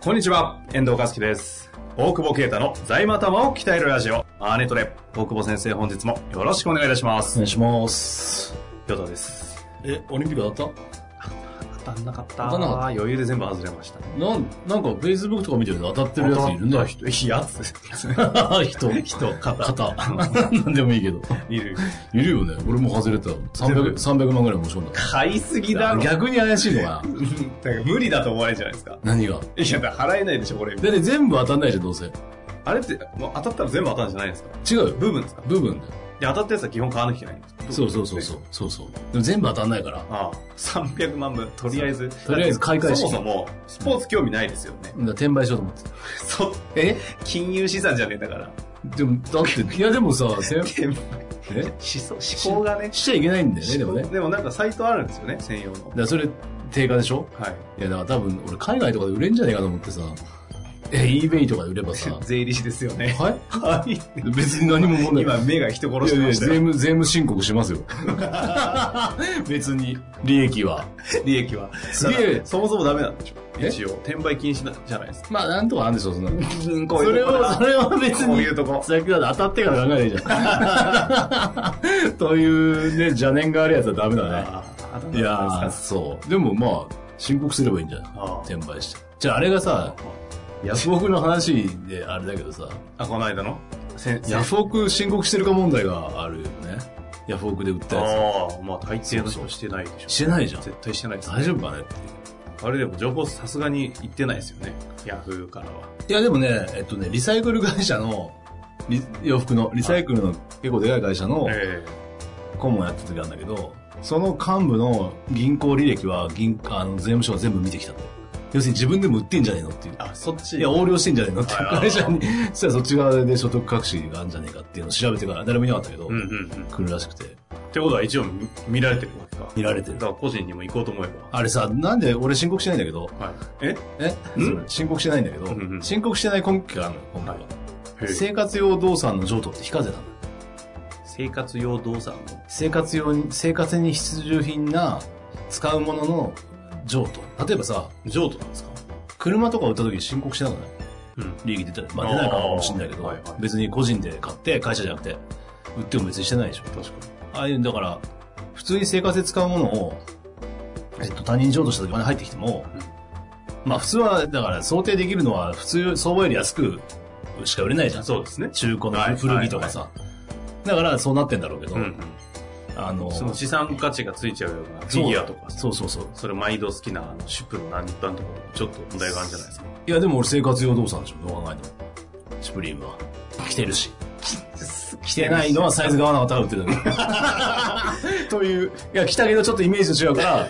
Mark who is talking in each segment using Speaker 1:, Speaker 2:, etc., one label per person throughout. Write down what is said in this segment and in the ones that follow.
Speaker 1: こんにちは、遠藤和樹です。大久保啓太の財務頭を鍛えるラジオ、アーネトレ。大久保先生、本日もよろしくお願いいたしま
Speaker 2: お
Speaker 1: す。
Speaker 2: 願いします。
Speaker 1: ヨタです。
Speaker 2: え、オリンピックだっ
Speaker 1: 当たんなかった。
Speaker 2: 当たんなかった
Speaker 1: 余裕で全部外れました。
Speaker 2: たなん、なんか、Facebook とか見てると当たってるやついるね。
Speaker 1: 人。いやつ。
Speaker 2: 人、
Speaker 1: 人、
Speaker 2: 肩。
Speaker 1: 肩。
Speaker 2: なんでもいいけど。
Speaker 1: いる。
Speaker 2: いるよね。俺も外れた。300、300万ぐらい申し込んだ。
Speaker 1: 買いすぎだろ。
Speaker 2: 逆に怪しいのかな
Speaker 1: うんだから無理だと思われるじゃないですか。
Speaker 2: 何が。
Speaker 1: いや、だから払えないでしょ、これ。
Speaker 2: だって全部当たんないじゃん、どうせ。違
Speaker 1: あれって、もう当たったら全部当たるんじゃないですか。
Speaker 2: うよ。
Speaker 1: 部分ですか。
Speaker 2: 部分だよ。
Speaker 1: で、当たったやつは基本買わなきゃいけないんです。
Speaker 2: そうそうそうそう。そうそう。でも全部当たんないから。
Speaker 1: ああ、300万分、とりあえず。
Speaker 2: とりあえず買い返し
Speaker 1: そもそも、スポーツ興味ないですよね。
Speaker 2: だから転売しようと思って。
Speaker 1: そう、
Speaker 2: え
Speaker 1: 金融資産じゃねえんだから。
Speaker 2: でも、だって、いやでもさ、 せん
Speaker 1: 転売
Speaker 2: え
Speaker 1: 思想、思考がね。
Speaker 2: しちゃいけないんだよね、でもね。
Speaker 1: 思考
Speaker 2: だか
Speaker 1: でもなんかサイトあるんですよね、専用の。
Speaker 2: らそれ、定価でしょ
Speaker 1: はい。、
Speaker 2: いや、だから多分、俺海外とかで売れんじゃねえかと思ってさ、え、eBay とかで売れば さ
Speaker 1: 税理士ですよね。
Speaker 2: はい
Speaker 1: はい。
Speaker 2: 別に何も問題ない。
Speaker 1: 今、目が人殺して
Speaker 2: いやい
Speaker 1: ま
Speaker 2: や、
Speaker 1: した
Speaker 2: 税
Speaker 1: よ。
Speaker 2: 務、税務申告しますよ。 別に、利益は。
Speaker 1: 利益は。
Speaker 2: すげえ
Speaker 1: だからそもそもダメなんでしょ。
Speaker 2: え
Speaker 1: 一応、転売禁止なじゃないですか。
Speaker 2: まあ、なんとかなんでしょう、そんなの。
Speaker 1: うんこう
Speaker 2: そ
Speaker 1: い
Speaker 2: れ
Speaker 1: うと こ
Speaker 2: は、それは別
Speaker 1: こう
Speaker 2: に
Speaker 1: い、うとこ。
Speaker 2: さっきだって当たってから考えないじゃん。 というね、邪念があるやつはダメだね。
Speaker 1: ああ
Speaker 2: いやー、そう。でもまあ、申告すればいいんじゃない
Speaker 1: あ
Speaker 2: 転売して。じゃああれがさ、ヤフオクの話であれだけどさ、
Speaker 1: あ、この間の先
Speaker 2: ヤフオク申告してるか問題があるよね。ヤフオクで売ったや
Speaker 1: ああ、まあ大抵の人はしてないでしょ。
Speaker 2: つ。してないじゃん。
Speaker 1: 絶対してないですね
Speaker 2: 大丈夫かね
Speaker 1: あれでも情報さすがに言ってないですよね。ヤフーからは。
Speaker 2: いやでもね、えっとね、リサイクル会社の、リ洋服の、リサイクルの結構でかい会社の
Speaker 1: え
Speaker 2: 顧問やってた時あるんだけど、その幹部の銀行履歴は銀、あの、税務署が全部見てきたんだよ。要するに自分でも売ってんじゃねえのっていう。
Speaker 1: あ、そっち。
Speaker 2: いや、横領してんじゃねえのっていう
Speaker 1: あら
Speaker 2: 会社に、 そしたらそっち側で所得隠しがあるんじゃねえかっていうのを調べてから、誰もいなかったけど、
Speaker 1: うんうんうん。っ
Speaker 2: 来るらしくて、
Speaker 1: てことは一応見見られてるわけか。
Speaker 2: 見られて
Speaker 1: だ
Speaker 2: る
Speaker 1: か。ら個人にも行こうと思えば。
Speaker 2: あれさ、なんで俺申告してないんだけ
Speaker 1: は
Speaker 2: ど、
Speaker 1: い。え
Speaker 2: え
Speaker 1: ん
Speaker 2: それ申告してないんだけど、
Speaker 1: うんうん
Speaker 2: 申告してない根拠があるのよ、根拠が。
Speaker 1: へえ
Speaker 2: 生活用動産の譲渡って非課税なの。
Speaker 1: 生活用動産の。
Speaker 2: 生活用に、生活に必需品な使うものの譲渡。例えばさ、
Speaker 1: 譲渡なんですか
Speaker 2: 車とか売った時申告してなくない
Speaker 1: うん。
Speaker 2: 利益出たら、まあ出ないかもしれないけ
Speaker 1: あー
Speaker 2: ど
Speaker 1: はいはい、
Speaker 2: 別に個人で買って会社じゃなくて、売っても別にしてないでしょ。
Speaker 1: 確か
Speaker 2: ああいう、だから、普通に生活で使うものを、えっと、他人譲渡した時お金入ってきても、
Speaker 1: うん
Speaker 2: まあ普通は、だから想定できるのは、普通、相場より安くしか売れないじゃ
Speaker 1: に。
Speaker 2: ん。
Speaker 1: そうですね。
Speaker 2: 中古の
Speaker 1: はい
Speaker 2: 古着とかさ。だからそうなってんだろうけど、
Speaker 1: うん。
Speaker 2: あの、
Speaker 1: その資産価値がついちゃうようなフィギュアとか。
Speaker 2: そうそうそう。
Speaker 1: それ毎度好きなあのシュプの何段とかちょっと問題があるんじゃないですか。
Speaker 2: いや、でも俺生活用動産でしょ、どう考えても。シュプリームは。着て るし。着てないのはサイズが合わなかったから売ってるだ け。という、いや、着たけどちょっとイメージと違うから、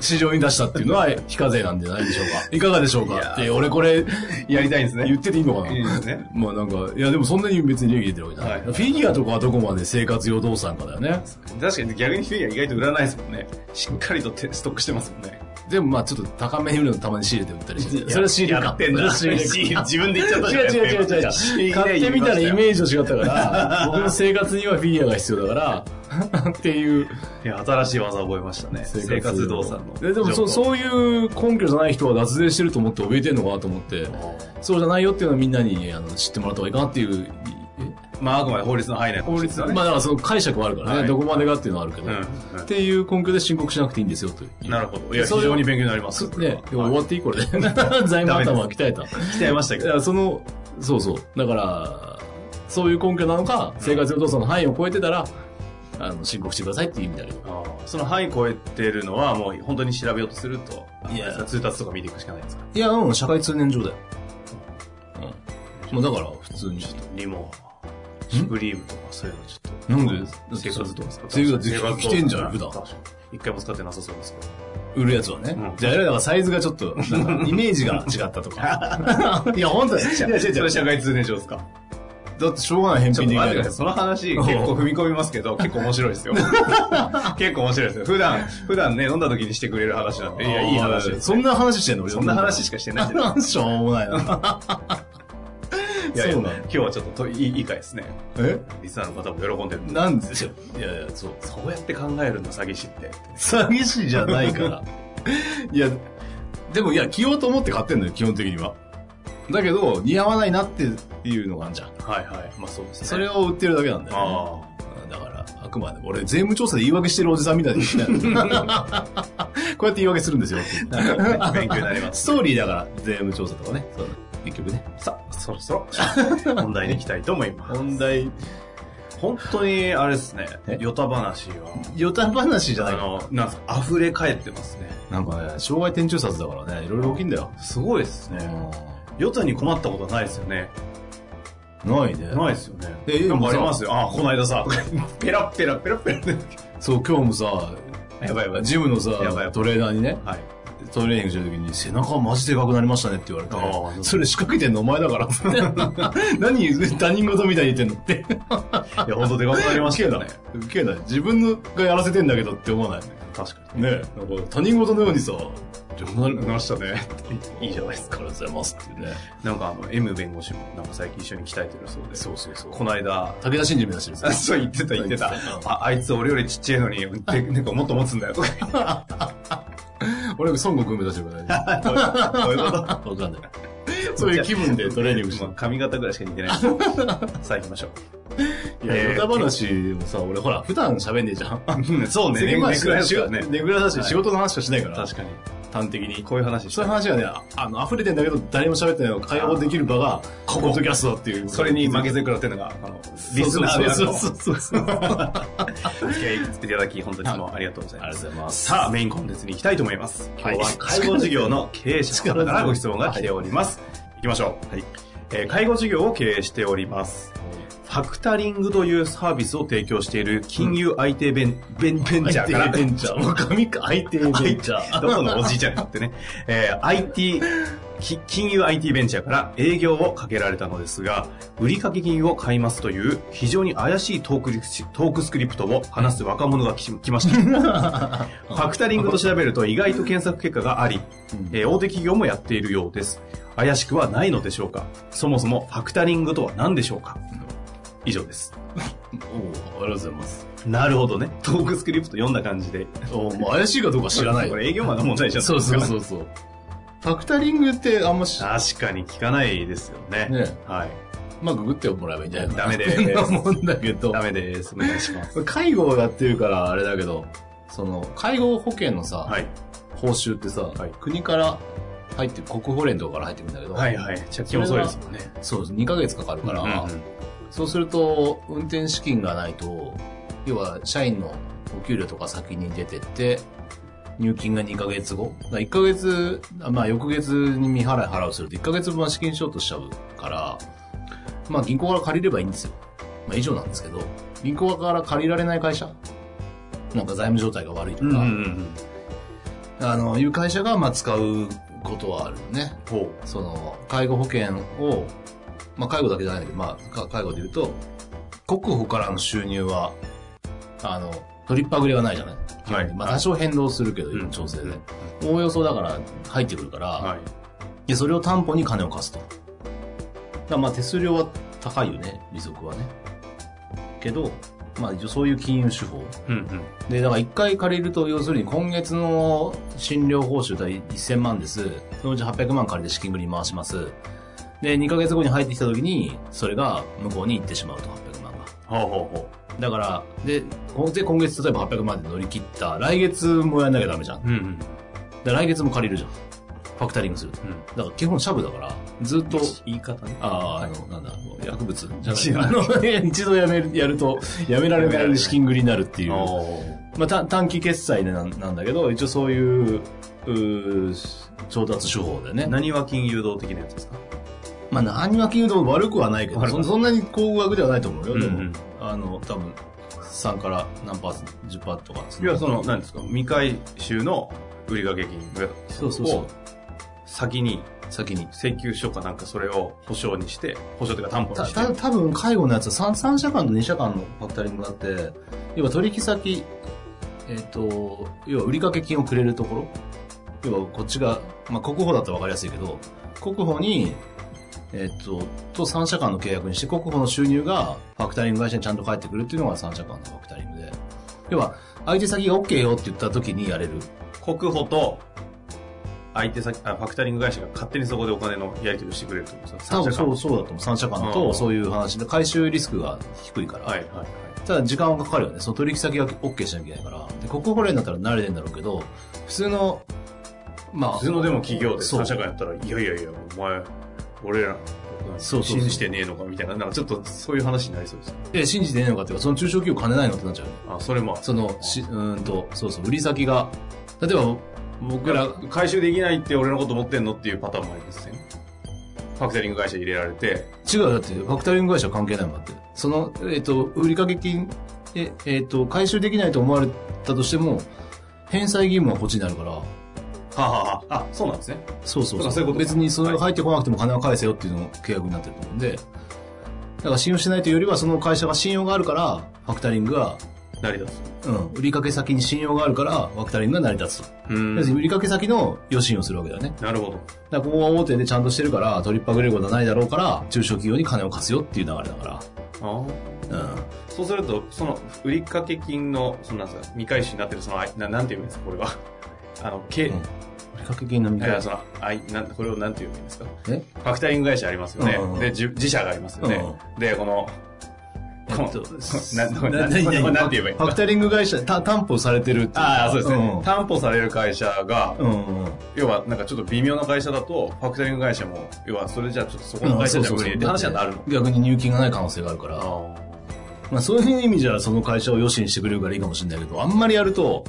Speaker 2: 市場に出したっていうのは非課税なんじゃないでしょうか。いかがでしょう
Speaker 1: い
Speaker 2: か
Speaker 1: や
Speaker 2: って、俺これ
Speaker 1: やりたいんですね
Speaker 2: 言ってていいのかない
Speaker 1: いですね。
Speaker 2: まあなんか、いやでもそんなに別に利益出てるわけじゃない。
Speaker 1: はい
Speaker 2: フィギュアとかはどこまで生活用動産かだよね。
Speaker 1: 確かに逆にフィギュア意外と売らないですもんね。しっかりとてストックしてますもんね。
Speaker 2: でもまあちょっと高めに売るのたまに仕入れて売ったりして。それは仕入れか。
Speaker 1: やってんだ。自
Speaker 2: それは 仕入れか
Speaker 1: 分で言っちゃったじゃん
Speaker 2: 違う違う違う違う
Speaker 1: 仕入れ
Speaker 2: 買ってみたらイ
Speaker 1: ジ。
Speaker 2: メージと違ったから、僕の生活にはフィギュアが必要だから、っていう
Speaker 1: いや、新しい技覚えましたね。生活動産の。
Speaker 2: えでもそ、そういう根拠じゃない人は脱税してると思って怯えてんのかなと思って、そうじゃないよっていうのをみんなにあの知ってもらった方がいいかなっていう、え
Speaker 1: まあ、あくまで法律の範囲内かも
Speaker 2: 法
Speaker 1: しれないです
Speaker 2: 律、
Speaker 1: よ
Speaker 2: まあ
Speaker 1: ね。
Speaker 2: だからその解釈はあるからね、
Speaker 1: はい
Speaker 2: どこまでがっていうのはあるけど、
Speaker 1: うん
Speaker 2: っていう根拠で申告しなくていいんですよという。
Speaker 1: うん。なるほど。いや、
Speaker 2: そう
Speaker 1: 非
Speaker 2: いう
Speaker 1: 常に勉強になります。
Speaker 2: そ
Speaker 1: これは
Speaker 2: ね、でも終わっていいこれで。財務頭は鍛えた。
Speaker 1: 来ちゃいましたけ
Speaker 2: だか
Speaker 1: ど。
Speaker 2: らその、そうそう。だから、そういう根拠なのか、生活用動産の範囲を超えてたら、あの、申告してくださいっていう意味だけど。
Speaker 1: あーその範囲超えてるのは、もう本当に調べようとすると、
Speaker 2: いや
Speaker 1: あの通達とか見ていくしかないですか
Speaker 2: いや、うん、社会通念上だよ。うん。もうだから、普通に。
Speaker 1: リモー、シュプリームとかそういうのちょっと。
Speaker 2: なんで
Speaker 1: 生活動産とか。
Speaker 2: 生活着てんじゃん普段
Speaker 1: 確かに一回も使ってなさそうですけど。
Speaker 2: 売るやつはね。
Speaker 1: うん
Speaker 2: じゃあ、あれだからサイズがちょっと、なんかイメージが違ったとか。 いや、本当だよ。
Speaker 1: いや、それ社会通念書ですか。
Speaker 2: だってしょうがない返
Speaker 1: ちょ
Speaker 2: 品
Speaker 1: っ
Speaker 2: で
Speaker 1: と待ってく
Speaker 2: きない
Speaker 1: ださい。その話、結構踏み込みます けど、結構面白いですよ。結構面白いですよ。普段、普段ね、飲んだ時にしてくれる話なんで、いや、いい話です。
Speaker 2: そんな話してんの
Speaker 1: そんな話しかしてない じゃない
Speaker 2: んしょうもないな。
Speaker 1: いやいや、
Speaker 2: そうなの
Speaker 1: 今日はちょっとといいいい回ですね。
Speaker 2: え
Speaker 1: リスナーの方も喜んでるんで。
Speaker 2: なんでしょういやいや、そう。
Speaker 1: そうやって考えるんだ、詐欺師って。
Speaker 2: 詐欺師じゃないから。 いや、でもいや、着ようと思って買ってんのよ、基本的には。だけど、似合わないなっていうのがあるじゃん。
Speaker 1: はいはい。まあそうですね。
Speaker 2: それを売ってるだけなんだよ、
Speaker 1: ああ。
Speaker 2: ね。だから、あくまでも俺、税務調査で言い訳してるおじさんみたいに言ってない こうやって言い訳するんですよ。
Speaker 1: 勉強になります。
Speaker 2: ストーリーだから、税務調査とかね。そう結局ね。
Speaker 1: さあ、そろそろ本題に行きたいと思います。
Speaker 2: 問題、
Speaker 1: 本当に、あれですね
Speaker 2: え、
Speaker 1: ヨタ話は、
Speaker 2: 与た話じゃな
Speaker 1: あ
Speaker 2: いか
Speaker 1: の、なんすか、溢れ返ってますね。
Speaker 2: なんかね、障害転注札だからね、いろいろ大きいんだよ。
Speaker 1: すごいですね。ヨタに困ったことはないですよね。
Speaker 2: ないね。
Speaker 1: ないですよね。
Speaker 2: え
Speaker 1: なんかあり
Speaker 2: 今さ
Speaker 1: ますよ。あ、この間さ、ペラッペラッペラッペラッ。
Speaker 2: そう、今日もさ、
Speaker 1: やばいやばい
Speaker 2: ジムのさ
Speaker 1: やばいやばい、
Speaker 2: トレーナーにね、
Speaker 1: はい。
Speaker 2: トレーニングしてる時に、背中マジでかくなりましたねって言われて、
Speaker 1: ああ
Speaker 2: それ仕掛けてんのお前だからって。何他人事みたいに言ってんのって。
Speaker 1: いや、本当でかくなりましたよね。
Speaker 2: 受けない。自分のがやらせてんだけどって思わない。
Speaker 1: 確か
Speaker 2: ねえ、なんか他人事のようにさ、でもな
Speaker 1: に。
Speaker 2: る
Speaker 1: なりましたね。いいじゃないですか。
Speaker 2: ありがとうございますっていうね。
Speaker 1: なんかあの、M 弁護士もなんか最近一緒に鍛えてるそうで。
Speaker 2: そうそうそう。
Speaker 1: この間、
Speaker 2: 武田真治目指してるさ
Speaker 1: あ。 そう言ってた言ってた
Speaker 2: 言って。た
Speaker 1: あ、あいつ俺よりちっちゃいのに、でなんかもっと持つんだよとか。
Speaker 2: 俺、孫悟空目指してるからね。
Speaker 1: どういう こと
Speaker 2: わかんない。そういう気分でトレーニングして
Speaker 1: まあ髪型ぐらいしか似 てない。さあ行きましょ
Speaker 2: いや、
Speaker 1: えー
Speaker 2: ネタ話もさ、俺ほら、普段喋ん ねえじゃん。
Speaker 1: う。そうね、
Speaker 2: 世間
Speaker 1: ね
Speaker 2: 話
Speaker 1: くらいしかね。
Speaker 2: ねぐらだし、
Speaker 1: はい
Speaker 2: 仕事の話しかしないから。
Speaker 1: 確かに。
Speaker 2: 端的に。
Speaker 1: こういう話し
Speaker 2: そういう
Speaker 1: た
Speaker 2: 話がね、ああの、溢れてんだけど、誰も喋ってないのを解放できる場が、
Speaker 1: ここ
Speaker 2: ポッドキャストだっていう。
Speaker 1: それに負けず食らってるのが、あの、
Speaker 2: そう
Speaker 1: リスナーであ
Speaker 2: そう
Speaker 1: の、
Speaker 2: そうそうそう。ありがと
Speaker 1: お付き合いいただき、本当にいつもありがとうございうま
Speaker 2: ご
Speaker 1: す。
Speaker 2: ざいます。
Speaker 1: さあ、メインコンテンツに行きたいと思います。今
Speaker 2: はい
Speaker 1: 日は介護事業の経営者の方からご質問が来ております。行きましょう。
Speaker 2: はい
Speaker 1: えー介護事業を経営しております。ファクタリングというサービスを提供している金融 IT ベン、ベン、ベンチャーから、
Speaker 2: 相手ベンチャー。もう神か、相手ベンチャー。
Speaker 1: どこのおじいちゃんかってね、 えー IT、き金融 IT ベンチャーから営業をかけられたのですが、売掛金を買いますという非常に怪しいトークリクシトークスクリプトを話す若者が来来ま した。ファクタリングと調べると意外と検索結果があり、えー大手企業もやっているようです。怪しくはないのでしょうかそもそもファクタリングとは何でしょうか以上です。
Speaker 2: おおありがとうございます。
Speaker 1: なるほどね。トークスクリプト読んだ感じで。
Speaker 2: おもう怪しいかどうか知らない
Speaker 1: こ
Speaker 2: よ。
Speaker 1: れ営業マンの問題じゃん。
Speaker 2: そうそうそうそう。ファクタリングってあんまし、
Speaker 1: 確かに聞かないですよね。
Speaker 2: ね
Speaker 1: はい。
Speaker 2: まあ、ググってもらえばいいんじゃないか
Speaker 1: ダメで
Speaker 2: な。
Speaker 1: す。
Speaker 2: 思うんだけど
Speaker 1: ダ。メです。お願いします。
Speaker 2: 介護をやってるからあれだけど、その、介護保険のさ、
Speaker 1: はい。
Speaker 2: 報酬ってさ、
Speaker 1: はい
Speaker 2: 国から入って、国保連とかから入ってくんだけど、
Speaker 1: はいはい。着金遅いですもんね。
Speaker 2: そう、2ヶ月かかるから、
Speaker 1: うんうん
Speaker 2: そうすると、運転資金がないと、要は社員のお給料とか先に出てって、入金が2ヶ月後。だ1ヶ月、あまあ翌月に未払い払うすると1ヶ月分は資金ショートしちゃうから、まあ銀行から借りればいいんですよ。まあ以上なんですけど、銀行から借りられない会社なんか財務状態が悪いと
Speaker 1: う
Speaker 2: か、
Speaker 1: んうんうん。
Speaker 2: あの、いう会社がまあ使うことはあるよね。
Speaker 1: ほ
Speaker 2: その、介護保険を、まあ、介護だけじゃないんだけど、まあ、か介護で言うと、国保からの収入は、あの、取りっぱぐれはないじゃない
Speaker 1: はい
Speaker 2: まあ、多少変動するけど、
Speaker 1: うん
Speaker 2: 調整
Speaker 1: う
Speaker 2: で
Speaker 1: ん。
Speaker 2: おおよそだから、入ってくるから、
Speaker 1: う。はい。
Speaker 2: で、それを担保に金を貸すと。だからまあ、手数料は高いよね、利息はね。けど、まあ、一応そういう金融手法。
Speaker 1: うんうん。
Speaker 2: で、だから一回借りると、要するに今月の診療報酬対1000万です。そのうち800万借りて資金繰り回します。で、2ヶ月後に入ってきた時に、それが向こうに行ってしまうと、800万が。
Speaker 1: ほうほうほ
Speaker 2: だから、で、こで今月例えば800万で乗り切った、来月もやんなきゃダメじゃん。
Speaker 1: う。うんうん。
Speaker 2: で、来月も借りるじゃん。ファクタリングすると。
Speaker 1: うん
Speaker 2: だから基本シャブだから、ずっと、
Speaker 1: 言い方ね。
Speaker 2: ああ、あの、なんだ、もう薬物じゃない。あの、 一度やめる、やると、やめられない資金繰りになるっていう。
Speaker 1: お
Speaker 2: まあ、た短期決済でなんなんだけど、一応そういう、うー調達手法でね。
Speaker 1: 何は金融道的なやつですか
Speaker 2: まあ、何は金融でも悪くはないけど、
Speaker 1: 悪く
Speaker 2: そんそんなに高額ではないと思うよ。でも、
Speaker 1: うんうん
Speaker 2: あの、多分、さんから何パーセント ?10 パーとか。
Speaker 1: いや、その、何ですか、未回収の売掛金を
Speaker 2: そうそうそう。
Speaker 1: 先に
Speaker 2: 先に。
Speaker 1: 請求書かなんかそれを保証にして、保証というか担保
Speaker 2: た、
Speaker 1: にして。
Speaker 2: た、多分介護のやつは 3, 三社間と2社間のパクタリングがあって、要は取引先、えっ、と、要は売掛金をくれるところ、要はこっちが、まあ、国保だと分かりやすいけど、国保に、えっ、と、と3社間の契約にして、国保の収入がファクタリング会社にちゃんと返ってくるっていうのが3社間のファクタリングで。要は、相手先が OK よって言った時にやれる。
Speaker 1: 国保と、相手先あ、ファクタリング会社が勝手にそこでお金のやり取りをしてくれるってことですか
Speaker 2: 多
Speaker 1: 三
Speaker 2: 分
Speaker 1: 者
Speaker 2: そう、そうだと思う。3社間
Speaker 1: う
Speaker 2: と
Speaker 1: ん
Speaker 2: そういう話で、回収リスクが低いから。
Speaker 1: 間はい、はい、はい。
Speaker 2: ただ時間はかかるよね。その取引先が OK しなきゃいけないから。で、国保連だったら慣れてんだろうけど、普通の、まあ、
Speaker 1: 普通のでも企業で
Speaker 2: そう
Speaker 1: 他社がやったら、いやいやいや、お前、俺ら、
Speaker 2: そうそう
Speaker 1: 信じてねえのかみたいな、なんかちょっとそういう話になりそうですね。
Speaker 2: え、信じてねえのかっていうか、その中小企業金ないのってなっちゃうよね。
Speaker 1: あ、それもある、
Speaker 2: その、し、うーんと、そうそう、売り先が、例えば、僕ら、
Speaker 1: 回収できないって俺のこと思ってんのっていうパターンもありますね。ファクタリング会社入れられて、
Speaker 2: 違うよだって、ファクタリング会社は関係ないもんだって。その、えっ、と、売掛金、え、えっ、と、回収できないと思われたとしても、返済義務はこっちになるから、
Speaker 1: はあ、はあはあ、あ、そうなんですね。
Speaker 2: そうそう
Speaker 1: そうかそういうことか
Speaker 2: 別にそれが入ってこなくても金は返せよっていうの契約になってると思うんで、だから信用してないというよりは、その会社が信用があるから、ファクタリングが、
Speaker 1: 成り立つ。
Speaker 2: うん、売掛先に信用があるから、ファクタリングが成り立つと。
Speaker 1: う
Speaker 2: 要
Speaker 1: ん
Speaker 2: するに売掛先の予信をするわけだよね。
Speaker 1: なるほど。
Speaker 2: だからここは大手でちゃんとしてるから、取りっぱぐれることはないだろうから、中小企業に金を貸すよっていう流れだか
Speaker 1: ああ。
Speaker 2: ら。うん。
Speaker 1: そうすると、その、売掛金の、そのなんですか、未回収になってる、その、あいななんて言うんですか、これは。 あの、け、
Speaker 2: うん売掛金の見
Speaker 1: いや、
Speaker 2: 方。
Speaker 1: その、あい、なん、これをなんて言うんですか。
Speaker 2: え
Speaker 1: ファクタリング会社ありますよね。
Speaker 2: うんうん
Speaker 1: で、じゅ自社がありますよね。で、この、
Speaker 2: えっ
Speaker 1: この、
Speaker 2: と
Speaker 1: なななこれ
Speaker 2: 何何
Speaker 1: これなんて言えばいいんです
Speaker 2: フ
Speaker 1: か
Speaker 2: ァクタリング会社、た担保されてるっていか
Speaker 1: ああ、そうですね、担保される会社が、
Speaker 2: うん。うんうん。
Speaker 1: 要はなんかちょっと微妙な会社だと、ファクタリング会社も、要はそれじゃちょっとそこの会社じゃ無理って話になるの。
Speaker 2: 逆に入金がない可能性があるから。まあ、そういう意味じゃその会社を良しにしてくれるからいいかもしれないけど、あんまりやると、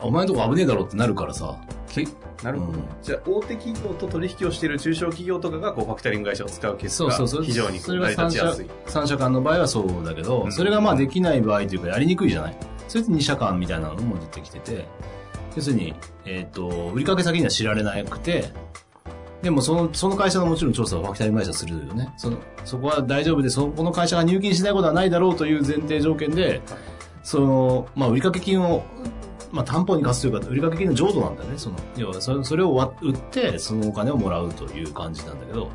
Speaker 2: お前のとこ危ねえだろってなるからさ、け
Speaker 1: なるほど、
Speaker 2: うん
Speaker 1: じゃあ、大手企業と取引をしている中小企業とかが、こう、ファクタリング会社を使うケース
Speaker 2: そうそうそ
Speaker 1: が、
Speaker 2: う。
Speaker 1: 非常にこ
Speaker 2: そうれ
Speaker 1: 成
Speaker 2: が
Speaker 1: り
Speaker 2: 三
Speaker 1: 立ちや
Speaker 2: 社
Speaker 1: すい。、
Speaker 2: 三社間の場合はそうだけど、
Speaker 1: うん
Speaker 2: それがまあできない場合というかやりにくいじゃない。それって二社間みたいなのも出てきてて、要するに、えっ、と、売掛先には知られなくて、でもその、その会社のもちろん調査はファクタリング会社するよね。その、そこは大丈夫で、そこの会社が入金しないことはないだろうという前提条件で、その、まあ、売掛金を、まあ、担保に貸すというか、売掛金の譲渡なんだよね。その、要はそれ、それを割売って、そのお金をもらうという感じなんだけど、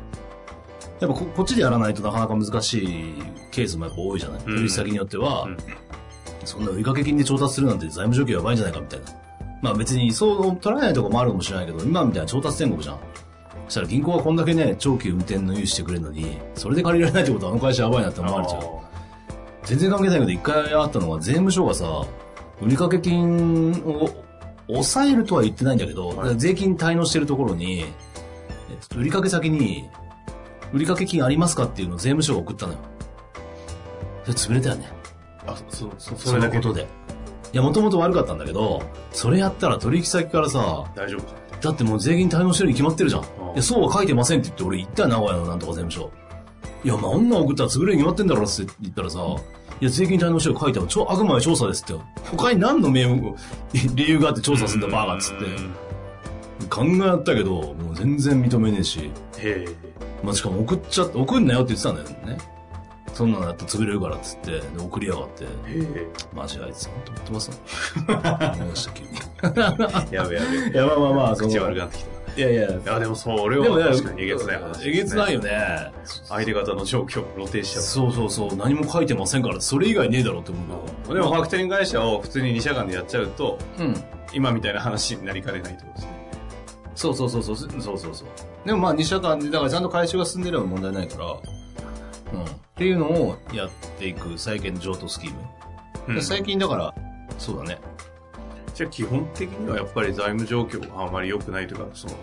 Speaker 2: やっぱここっちでやらないとなかなか難しいケースもやっぱ多いじゃな
Speaker 1: う
Speaker 2: い。
Speaker 1: ん
Speaker 2: 取引先によっては、
Speaker 1: うん
Speaker 2: そんな売掛金で調達するなんて財務状況やばいんじゃないかみたいな。まあ別にそう取られないとこもあるかもしれないけど、今みたいな調達天国じゃん。そしたら銀行はこんだけね、長期運転の融資してくれるのに、それで借りられないってことはあの会社やばいなって思われちゃう。全然関係ないけど、一回あったのは税務署がさ、売掛金を抑えるとは言ってないんだけど、
Speaker 1: はい
Speaker 2: 税金滞納してるところに、えっと売掛先に、売掛金ありますかっていうのを税務署が送ったのよ。それ潰れたよね。
Speaker 1: あ、そう、そう、
Speaker 2: そ
Speaker 1: それ
Speaker 2: の
Speaker 1: だけ
Speaker 2: ことで。いや、もともと悪かったんだけど、それやったら取引先からさ、
Speaker 1: 大丈夫か。
Speaker 2: だってもう税金滞納してるに決まってるじゃん。い
Speaker 1: ん
Speaker 2: や、そうは書いてませんって言って俺言ったよ、名古屋のなんとか税務署。いや、まあ、女送ったら潰れるに決まってんだろって言ったらさ、いや、税金滞納してる書いてある。ちょあくまで調査ですって。他に何の名目、 理由があって調査すんだ、バーガーっつって。考えあったけど、もう全然認めねえし、
Speaker 1: て。へえ。
Speaker 2: まあ、しかも送っちゃって、送んなよって言ってたんだよね。そんなのやったら潰れるからっつって、で送りやがって、
Speaker 1: へ
Speaker 2: マジあいつ、本当言ってますね。 思いました、急に。
Speaker 1: え。やべやべ。
Speaker 2: いや、まあまあまあ、
Speaker 1: 口悪くなってき
Speaker 2: いやいや、
Speaker 1: た。いや、でもそう、俺
Speaker 2: でも
Speaker 1: は
Speaker 2: ね
Speaker 1: 確かにえげつない話ですね。
Speaker 2: えげつないよね。
Speaker 1: 相手方の状況を露呈しちゃった。
Speaker 2: そうそうそう、何も書いてませんから、それ以外ねえだろって思うけど。
Speaker 1: でも、ファクタリング会社を普通に2社間でやっちゃうと、
Speaker 2: うん。
Speaker 1: 今みたいな話になりかねないってことですね。
Speaker 2: そうそうそうそう、そうそうそう。でもまあ、2社間で、だからちゃんと回収が進んでれば問題ないから、うん。っていうのをやっていく、債権譲渡スキーム。
Speaker 1: うん
Speaker 2: で最近だから、そうだね。
Speaker 1: じゃあ基本的にはやっぱり財務状況があまり良くないというか、その、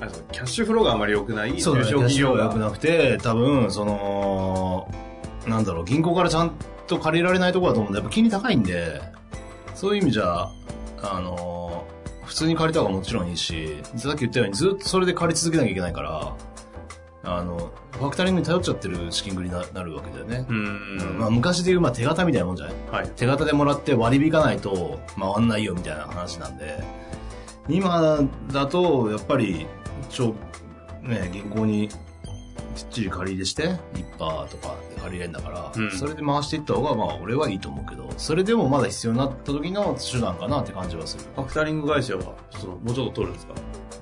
Speaker 1: あれですかキャッシュフローがあまり良くない中
Speaker 2: そう
Speaker 1: 小
Speaker 2: だね、
Speaker 1: 企業
Speaker 2: が良く
Speaker 1: が。
Speaker 2: なくて、多分、その、なんだろう、銀行からちゃんと借りられないところだと思うんで、やっぱ金利高いんで、そういう意味じゃ、あの、普通に借りた方がもちろんいいし、さっき言ったようにずっとそれで借り続けなきゃいけないから、あの、フファクタリングに頼っちゃってる資金繰りにななるわけだよね
Speaker 1: う。ん
Speaker 2: まあ、昔でいう、まあ、手形みたいなもんじゃない
Speaker 1: はい
Speaker 2: 手形でもらって割り引かないと回んないよみたいな話なんで、今だと、やっぱり、ちょ、ね、銀行にきっちり借り入れして、リッパーとかで借り入れんだから、
Speaker 1: うん
Speaker 2: それで回していった方が、まあ、俺はいいと思うけど、それでもまだ必要になった時の手段かなって感じはする。
Speaker 1: ファクタリング会社はそのもうちょっと取るんですか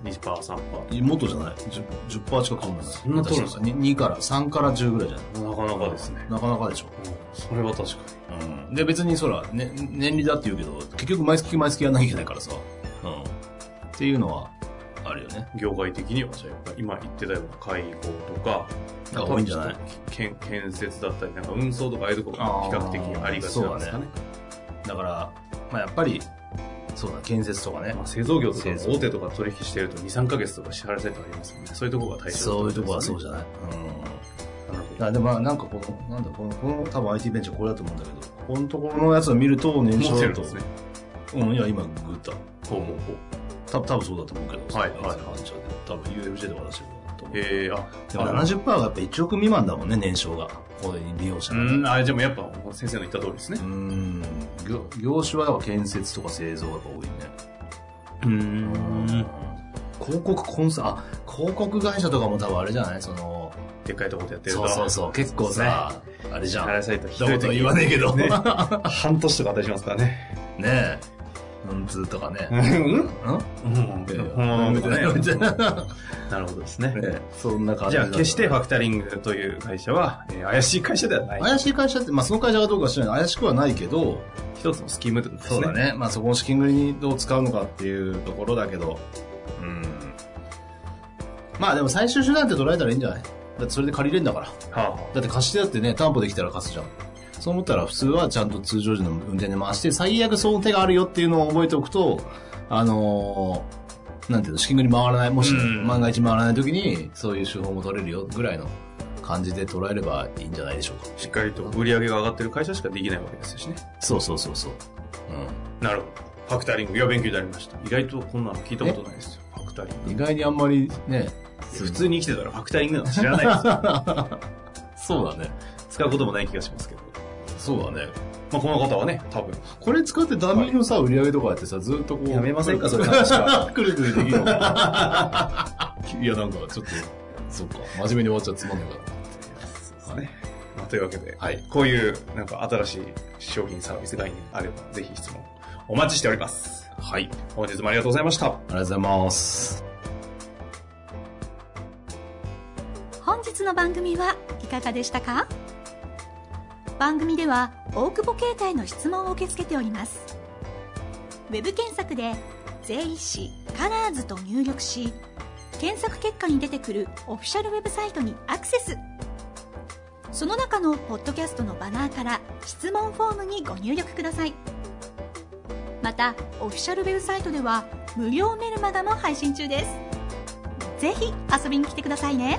Speaker 1: 2%、3%
Speaker 2: もっとじゃない ?10%, 10近く取るんだ
Speaker 1: そんな取るんですか
Speaker 2: 2, から、3から10ぐらいじゃない
Speaker 1: なかなかですね、
Speaker 2: なかなかでしょ。
Speaker 1: それは確か
Speaker 2: うんで、別にそら、ね、年利だって言うけど、結局毎月毎月やんなきゃいけないからさ。うん。っていうのは、あるよね。
Speaker 1: に業界的にはじゃあやっぱ今言ってたような介護とか
Speaker 2: あ多いんじゃない
Speaker 1: 建建設だったりなんか運送とかああいうとこが比較的ありがちなんですかね
Speaker 2: だから、まあやっぱり、そうだ、建設とかね
Speaker 1: ま。あ、製造業とか
Speaker 2: 製造
Speaker 1: 大手とか取引してると23ヶ月とか支払いサイトありますよねそういうとこが対象
Speaker 2: そういうとこはそうじ
Speaker 1: ゃ
Speaker 2: ゃない。うん。
Speaker 1: なるほど
Speaker 2: あでもまあなんかこの、なんだ、この、この多分 IT ベンチャーこれだと思うんだけど、ここのところのやつを見ると、年
Speaker 1: 持
Speaker 2: 商
Speaker 1: ってる
Speaker 2: だ
Speaker 1: ん
Speaker 2: と。
Speaker 1: ですね
Speaker 2: うん、いや、今、グッだ。
Speaker 1: ほうほうほう
Speaker 2: 多分多分そうだと思うけど、
Speaker 1: はいはい
Speaker 2: ベンチャーで。多分 UFJ で私もだと思う。
Speaker 1: えー、あ
Speaker 2: でも
Speaker 1: あ
Speaker 2: 70%がやっぱ1億未満だもんね、年商が。これ利用者
Speaker 1: う
Speaker 2: がね
Speaker 1: んあでもやっぱ先生の言った通りですね
Speaker 2: うーん業業種はやっぱ建設とか製造がやっぱ多いね
Speaker 1: うん
Speaker 2: 広告コンサあ広告会社とかも多分あれじゃないその
Speaker 1: でっかいとこでやってる
Speaker 2: そ
Speaker 1: と
Speaker 2: うそうそう結構さ、あれじゃ
Speaker 1: 支
Speaker 2: ん
Speaker 1: 払いサイトひ
Speaker 2: ど
Speaker 1: ど
Speaker 2: こ
Speaker 1: い
Speaker 2: と
Speaker 1: 時
Speaker 2: は言わねえけどね
Speaker 1: ね半年とかあったりしますからね
Speaker 2: えうんつーとかね
Speaker 1: うんうん
Speaker 2: うん
Speaker 1: うん
Speaker 2: うんみたいなみたい な
Speaker 1: なるほどですね
Speaker 2: ねそんな感じ
Speaker 1: じゃ
Speaker 2: な
Speaker 1: あ
Speaker 2: んだ
Speaker 1: 決してファクタリングという会社は、えー怪しい会社ではない
Speaker 2: 怪しい会社って、まあ、その会社がどうかは知らない怪しくはないけど
Speaker 1: 一つのスキームってことですね
Speaker 2: そうだね。まあそこの資金繰りにどう使うのかっていうところだけど、うん。まあでも最終手段って捉えたらいいんじゃないだってそれで借りれんだから。
Speaker 1: はあ
Speaker 2: だって貸してだってね、担保できたら貸すじゃん。そう思ったら普通はちゃんと通常時の運転で回して、最悪その手があるよっていうのを覚えておくと、あのーなんていうの、資金繰り回らない、もし
Speaker 1: うん
Speaker 2: 万が一回らない時に、そういう手法も取れるよぐらいの感じで捉えればいいんじゃないでしょうか。
Speaker 1: しっかりと売り上げが上がってる会社しかできないわけですしね
Speaker 2: そうそうそうそう。うん。
Speaker 1: なるほどファクタリングいや勉強になりました意外とこんなの聞いたことないですよファクタリング
Speaker 2: 意外にあんまりね、
Speaker 1: 普通に生きてたらファクタリングなんて知らないですよ
Speaker 2: そうだね。
Speaker 1: 使うこともない気がしますけど、
Speaker 2: そうだね。
Speaker 1: まあ、この方はね多分
Speaker 2: これ使ってダミーのさ、売り上げとかやってさ、ずっとこう。
Speaker 1: やめませんかそういう話は
Speaker 2: くるくるできるの かないや、なんか、ちょっと、そっか。真面目に終わっちゃつまんないから。
Speaker 1: ですね、まあ、というわけで、
Speaker 2: はい
Speaker 1: こういうなんか新しい商品サービス概念あればぜひ質問お待ちしております
Speaker 2: はい。ありが
Speaker 1: 本日もありがとうございました
Speaker 2: とうございます。
Speaker 3: 本日の番組はいかがでしたか番組では大久保携帯の質問を受け付けておりますウェブ検索で「税理士カラーズと入力し検索結果に出てくるオフィシャルウェブサイトにアクセスその中のポッドキャストのバナーから質問フォームにご入力くださいまたオフィシャルウェブサイトでは無料メルマガも配信中ですぜひ遊びに来てくださいね